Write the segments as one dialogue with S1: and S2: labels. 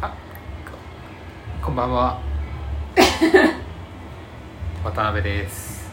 S1: あここんばんは渡辺です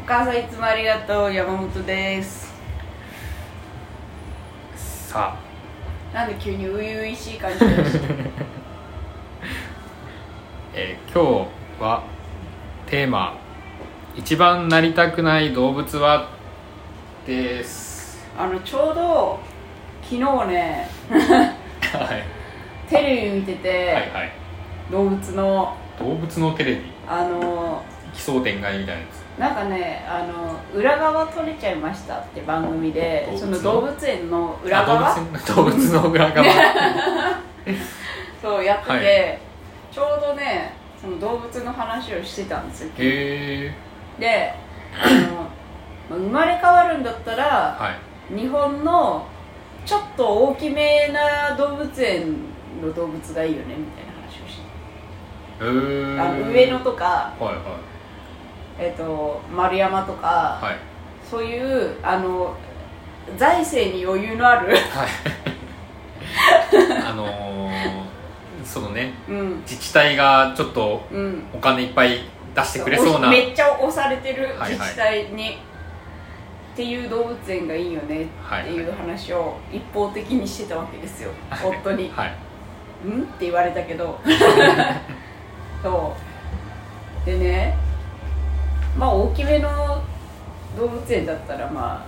S2: お母さんいつもありがとう山本です
S1: さ
S2: なんで急に初々しい感じだ し
S1: あ、えー今日はテーマ「一番なりたくない動物は?」です
S2: あのちょうど昨日ね
S1: はい
S2: テレビ見てて、
S1: はいはい
S2: 動物の
S1: 動物のテレビ
S2: あの
S1: 奇想天外みたいなやつ
S2: なんかねあの裏側撮れちゃいましたって番組で
S1: 動
S2: そ
S1: 物の
S2: の動物園の裏側
S1: あ動物の動物の裏側
S2: そうやってて、
S1: はい
S2: ちょうどねその動物の話をしてたんですよ
S1: へえ
S2: であの生まれ変わるんだったら
S1: はい
S2: 日本のちょっと大きめな動物園の動物がいいよねみたいな話をして
S1: うー
S2: あの上野とか、
S1: はいはい
S2: えっと丸山とか、
S1: はい
S2: そういうあの財政に余裕のある
S1: はい あのー、そのね
S2: うん
S1: 自治体がちょっと
S2: うん
S1: お金いっぱい出してくれそうな
S2: めっちゃ押されてる
S1: はいはい
S2: 自治体に、っていう動物園がいいよねっていう話を一方的にしてたわけですよ、夫に
S1: はい
S2: 「うん?」って言われたけ どそうでねまあ大きめの動物園だったらま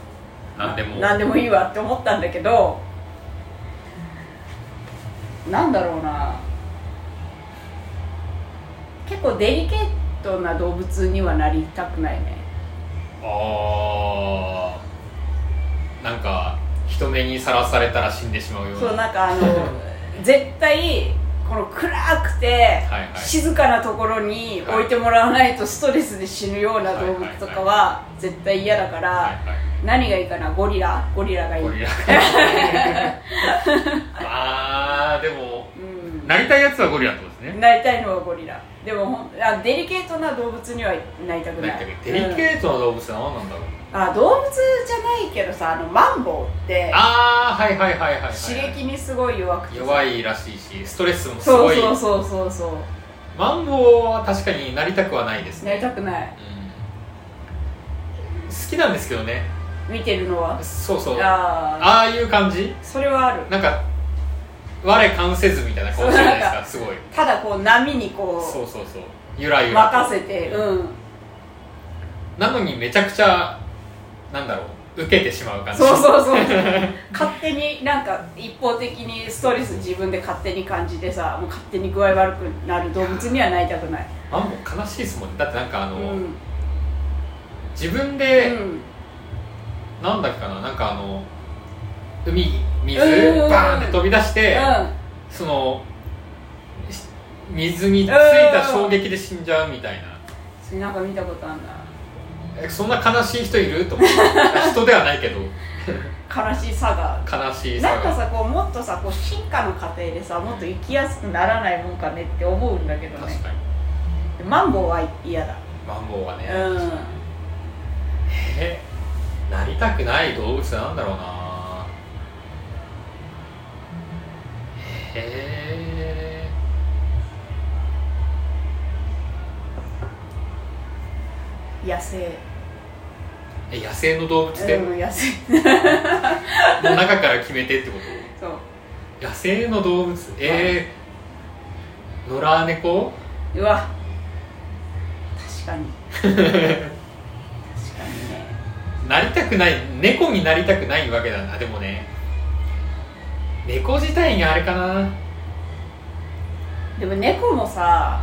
S2: あ
S1: 何でも
S2: 何でもいいわって思ったんだけどなんだろうな結構デリケートな動物にはなりたくないね
S1: あーなんか人目にさらされたら死んでしまうような
S2: そうなんか あの絶対この暗くて
S1: はいはい
S2: 静かなところに置いてもらわないとストレスで死ぬような動物とかは絶対嫌だか
S1: はい
S2: ら
S1: は
S2: 何がいいかなゴリラゴリラがい
S1: い
S2: い、
S1: ゴ
S2: う
S1: リラまあでも
S2: ん、
S1: なりたいやつはゴリラってことですね
S2: なりたいのはゴリラでもほんあデリケートな動物にはなりたく
S1: な
S2: ない
S1: りたいデリケートな動物って何なんだろう
S2: うんあ動物じゃないけどさあのマンボウって
S1: ああはいはいはいはいはい
S2: 刺激にすごい弱くてさ
S1: 弱いらしいしストレスもす
S2: そ
S1: ご
S2: う
S1: い
S2: そうそうそうそう
S1: マンボウは確かになりたくはないです
S2: な
S1: ね
S2: りたくない
S1: うん好きなんですけどね
S2: 見てるのは
S1: そうそうあ
S2: ああ
S1: あいう感じ
S2: それはある
S1: なんか我関せずみたいな顔してるじゃないですかすごい
S2: ただこう波にこ
S1: そううそうそうゆらゆら
S2: 任せてうん
S1: なのにめちゃくちゃなんだろう受けてしまう感じ
S2: そう そうそう勝手になんか一方的にストレス自分で勝手に感じてさもう勝手に具合悪くなる動物にはなりたくない
S1: マンボウ悲しいですもんねだってなんかあ
S2: う
S1: の、
S2: ん
S1: 自分
S2: う
S1: で、
S2: ん
S1: なんだっけかななんかあの海水
S2: うん
S1: バーンって飛び出して、
S2: うん
S1: そのし水についた衝撃で死んじゃうみたいな、
S2: それなんか見たことあん
S1: えそんな悲しい人いると 思って人ではないけど
S2: な悲しさが
S1: 悲しいさ
S2: なんか
S1: が
S2: さこうもっとさこう進化の過程でさもっと生きやすくならないもんかねって思うんだけど
S1: 確
S2: ね
S1: かに
S2: マンボウは嫌だ
S1: マンボウはね、
S2: うん
S1: えなりたくない動物なんだろうなへえ
S2: 野生
S1: え野生の動物で、
S2: うん野生
S1: の中から決めてってこ
S2: そう
S1: と野生の動物えー、野良猫
S2: うわ確かに確かにね
S1: なりたくない猫になりたくないわけだなでもね猫自体にあれかな
S2: でも猫もさ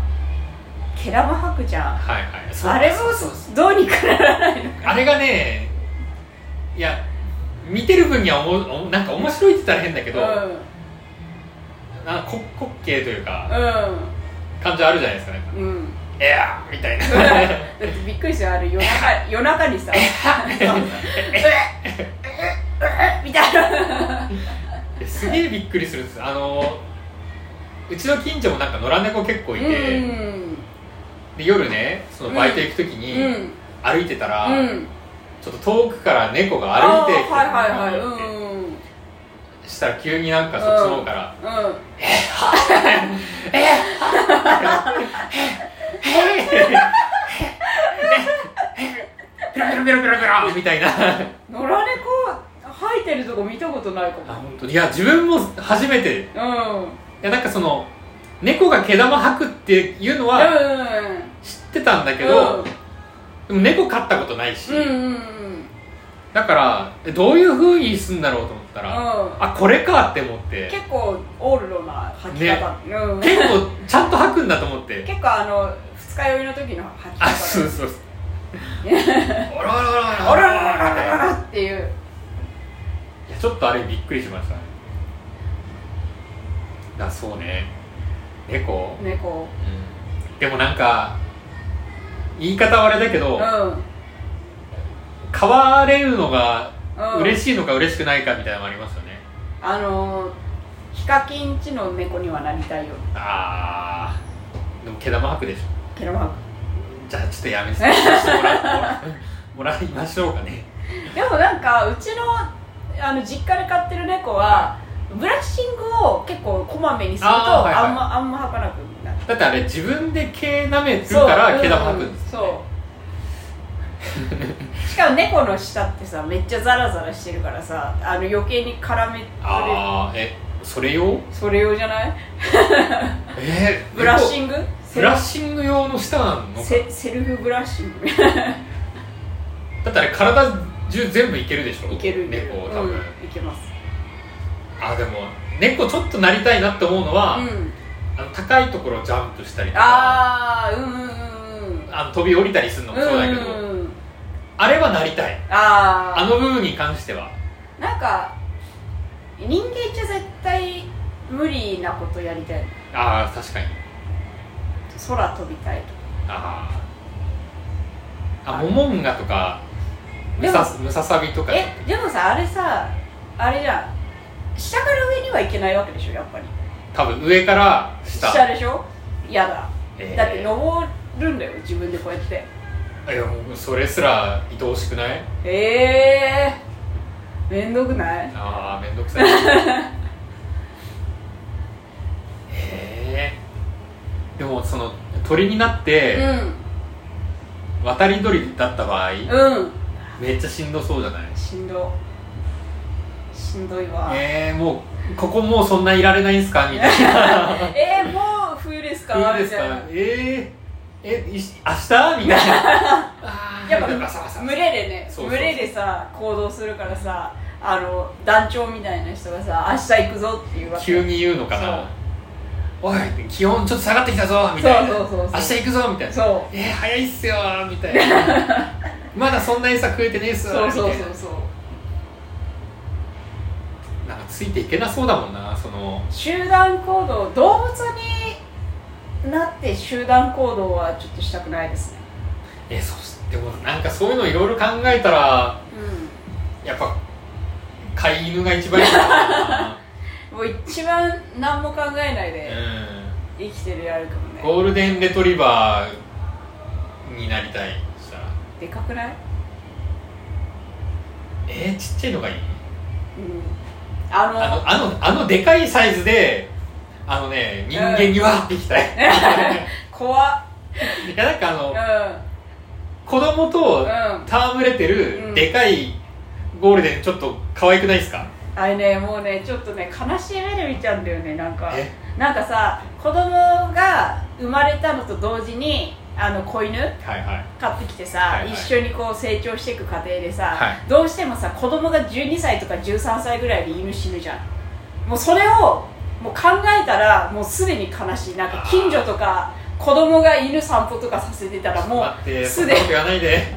S2: 毛玉吐くじゃん
S1: はいはいそう
S2: あれも
S1: そうそう
S2: どうにかならないの
S1: あれがねいや見てる分にはおもおなんか面白いって言ったら変だけど、なこ滑稽というか感情あるじゃないですかなんか
S2: うんうんうん
S1: 「えやー!」みたいな
S2: だってびっくりしたよあれ夜中夜 中にさみたいな
S1: すげえびっくりするんですあのうちの近所もなんか野良猫結構
S2: う
S1: い
S2: ん
S1: て、で夜ねそのバイト行く時
S2: う
S1: に
S2: ん
S1: 歩いてたら、
S2: うん
S1: ちょっと遠くから猫が
S2: あ
S1: 歩いてきて
S2: ーはいはいはいうんうん
S1: したら急になんかそっちの方から
S2: うんうん
S1: 「えっ!」えっえっえっえっえっえっペロペロペロペロペロみたいな
S2: 野良猫吐いてるとこ見たことないか
S1: あ
S2: も
S1: 本当にいや自分も初めてい
S2: うんうん
S1: やなんかその猫が毛玉吐くっていうのは知ってたんだけど、でも猫飼ったことないし、
S2: うんうんうん
S1: だからえどういうふうにすんだろうと思ったら、
S2: うん
S1: あこれかって思って
S2: 結構オールドな吐き方、うん、
S1: 結構ちゃんと吐くんだと思って
S2: 結構あの二日酔いの時の吐き
S1: あ
S2: 方
S1: そう
S2: で
S1: そうそう
S2: いや
S1: おらおらおら
S2: オラオラオラオラオラっていう
S1: いやちょっとあれびっくりしましたねだそうね猫、
S2: 猫
S1: うんでもなんか言い方はあれだけ
S2: う
S1: ど、
S2: ん
S1: 飼われるのが
S2: うん
S1: 嬉しいのか嬉しくないかみたいなのもありますよね、
S2: あのヒカキンちの猫にはなりたいよ
S1: あーでも毛玉吐くでしょ
S2: ケロマグ
S1: じゃあちょっとやめさせてもら うもらいましょうかね
S2: でもなんかうちのあの実家で飼ってる猫はブラッシングを結構こまめにすると
S1: あーはいはい
S2: あんまあんま吐かなくなる
S1: だってあれ自分で毛舐めてるから毛玉吐くんです
S2: そう
S1: よ
S2: う
S1: ね、
S2: んそうしかも猫の舌ってさめっちゃザラザラしてるからさあの余計に絡め取れる
S1: ああえそれ用
S2: それ用じゃない
S1: えー
S2: ブラッシング
S1: ブラッシング用の舌なの
S2: セセルフブラッシング
S1: だってあれ体中全部いけるでしょ
S2: いけるいける
S1: 猫多分、
S2: うん、いけます
S1: あでも猫ちょっとなりたいなって思うのは、
S2: うん
S1: あの高いところをジャンプしたりとか
S2: ああうんうんうん
S1: あの飛び降りたりするのもそうだけど、
S2: うんうんうん
S1: あれはなりたい
S2: ああ
S1: あの部分に関しては
S2: なんか人間じゃ絶対無理なことやりたい
S1: ああ確かに
S2: 空飛びたいと
S1: あああモモンガとかム
S2: でも
S1: サムササビとか
S2: かえでもさあれさあれじゃん下から上にはいけないわけでしょやっぱり
S1: 多分上から下
S2: 下でしょ嫌だ、
S1: えー
S2: だって登るんだよ自分でこうやって
S1: いやもうそれすら愛おしくない
S2: ええー、めんどくない
S1: ああめんどくさい へえでもその鳥になっ
S2: う
S1: て
S2: ん
S1: 渡り鳥だった場合、
S2: うん
S1: めっちゃしんどそうじゃない
S2: しんどしんどいわえ
S1: えー、もうここもうそんないられないんすかみたいな
S2: ー、もう冬ですか
S1: どうで
S2: み
S1: す
S2: たいな
S1: かえー、えいし明日みたいなあー
S2: やっぱ
S1: ガサガサ
S2: 群れでね
S1: そうそう
S2: 群
S1: そう
S2: れでさ行動するからさあの団長みたいな人がさ明日行くぞっていうわけ
S1: 急に言うのかなおい気温ちょっと下がってきたぞみたいな
S2: そうそうそうそう
S1: 明日行くぞみたいな
S2: そ
S1: えー、早いっすよーみたいな まだそんなにさ食えてねえっす
S2: う
S1: わー
S2: そうそう
S1: みた
S2: そ
S1: いう
S2: そう
S1: ななんかついていけなそうだもんなその
S2: 集団行動動物になって集団行動はちょっとしたくないですね
S1: えそしでもなんかそういうのいろいろ考えたらやっぱ飼い犬が一番いいのか な
S2: うんもう一番何も考えないで
S1: う
S2: 生きてるやるかも
S1: ん
S2: ね
S1: ゴールデンレトリバーになりたいそしたら
S2: でかくない
S1: えー、ちっちゃいのがいい
S2: うんあの
S1: あのあのあのでかいサイズであのね人間にわーっていきたい、
S2: 怖 っ
S1: いやなんかあ
S2: う
S1: の
S2: ん
S1: 子供と
S2: うん
S1: 戯れて
S2: うん
S1: るでかいゴールデンちょっと可愛くないですか
S2: あれねもうねちょっとね悲しい目で見ちゃうんだよねなんか
S1: え
S2: なんかさ子供が生まれたのと同時にあの子犬
S1: はいはい
S2: 買ってきてさ、
S1: はいはい
S2: 一緒にこう成長していく過程でさ、
S1: はい
S2: どうしてもさ子供が12歳とか13歳ぐらいで犬死ぬじゃんもうそれをもう考えたらもうすでに悲しいなんか近所とか子供が犬散歩とかさせてたらも
S1: 待っ
S2: う
S1: てそ
S2: す
S1: んな
S2: で
S1: こと言わないで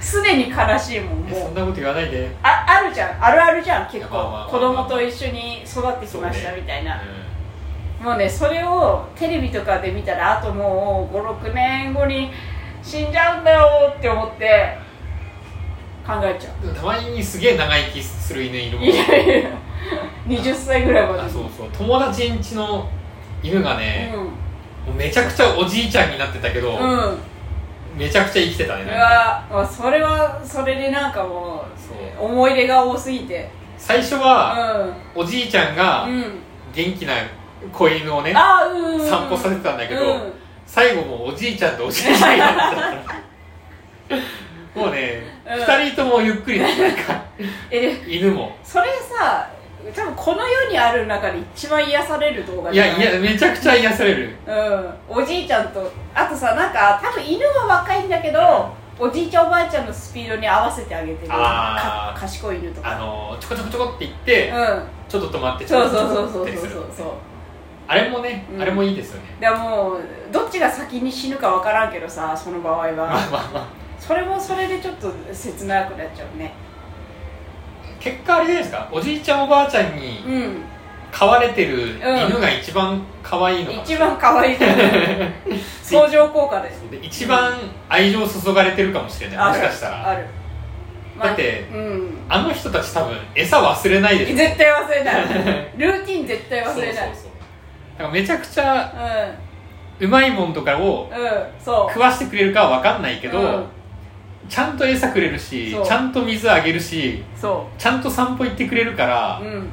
S2: すでに悲しいもん
S1: え
S2: も
S1: そ
S2: うん
S1: なこと言わないで
S2: ああるじゃんあるあるじゃん結
S1: いやまあまあま
S2: 構
S1: あ
S2: 子供と一緒に育ってきました
S1: そうね
S2: みたいな、
S1: う
S2: もうねそれをテレビとかで見たらあともう56年後に死んじゃうんだよって思って考えちゃうん
S1: でもたまにすげえ長生きする犬いるもん
S2: いやいや20歳ぐらいまで
S1: あそうそう友達ん家の犬がね、
S2: う
S1: もうめちゃくちゃおじいちゃんになってたけど、
S2: んうん
S1: めちゃくちゃ生きてたね
S2: うわまあそれはそれでなんかも
S1: そう
S2: う思い出が多すぎて
S1: 最初は、おじいちゃんが
S2: うんうん
S1: 元気な子犬をね、
S2: あーうんうんうん
S1: 散歩させてたんだけど
S2: うん
S1: 最後もうおじいちゃんとおじいちゃんになっちゃ ったもうね、
S2: うん
S1: 二人ともゆっくりなん か
S2: えで
S1: 犬も
S2: それさ多分この世にある中で一番癒される動画
S1: い
S2: じゃな
S1: やいやめちゃくちゃ癒される
S2: うん、おじいちゃんとあとさなんか多分犬は若いんだけど、おじいちゃんおばあちゃんのスピードに合わせてあげてる
S1: あー
S2: か賢い犬と
S1: あ
S2: か
S1: のちょこちょこちょこって言っ
S2: う
S1: て、
S2: ん
S1: ちょっと止まってちょっ
S2: そう
S1: と
S2: そう
S1: 止
S2: そ
S1: まっ
S2: う
S1: たり
S2: そう
S1: す
S2: そう
S1: る
S2: そうそう
S1: あれもね、
S2: うん
S1: あれもいいですよね
S2: でもうどっちが先に死ぬか分からんけどさその場合
S1: ま
S2: は
S1: あまあま
S2: それもそれでちょっと切なくなっちゃうね
S1: あ結果あれじゃないですかおじいちゃんおばあちゃんに
S2: うん
S1: 飼われてる犬が一番可愛いのかもし
S2: 一
S1: れない、
S2: 番可愛い と思う相乗効果です
S1: で一番愛情注がれてるかもしれないもしかしたら
S2: あるまあ
S1: だって
S2: うん
S1: あの人たち多分餌忘れないでしょ
S2: 絶対忘 れないルーティン絶対忘れ
S1: そうそ
S2: ない
S1: うそうだからめちゃくちゃ
S2: うん
S1: うまいもんとかを
S2: うんそう
S1: 食わしてくれるかは分かんないけど、
S2: うん
S1: ちゃんと餌くれるし
S2: そう
S1: ちゃんと水あげるし
S2: そ
S1: ちゃんと散歩行ってくれるから、
S2: ううん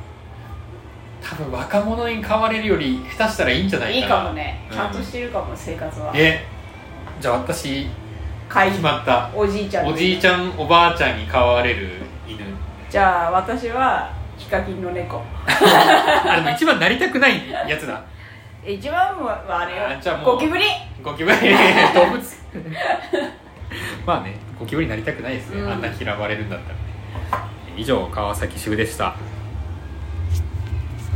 S1: 多分若者に飼われるより下手したらいいんじゃない
S2: いい
S1: か
S2: か
S1: な
S2: もね
S1: うん
S2: ちゃんとしてるかも、生活は
S1: えじゃあ私
S2: 会
S1: 決まった
S2: おじいちゃん
S1: おじい
S2: ゃん
S1: ちゃんおばあちゃんに飼われる犬
S2: じゃあ私はヒカキンの猫
S1: あでも一番なりたくないやつだ
S2: え一番はあれ
S1: あじゃあ
S2: よ
S1: もう
S2: ゴキブリ
S1: ゴキブ リ動物まあねゴキブリになりたくないですね、
S2: うん
S1: あんな嫌われるんだったらね以上川崎渋でした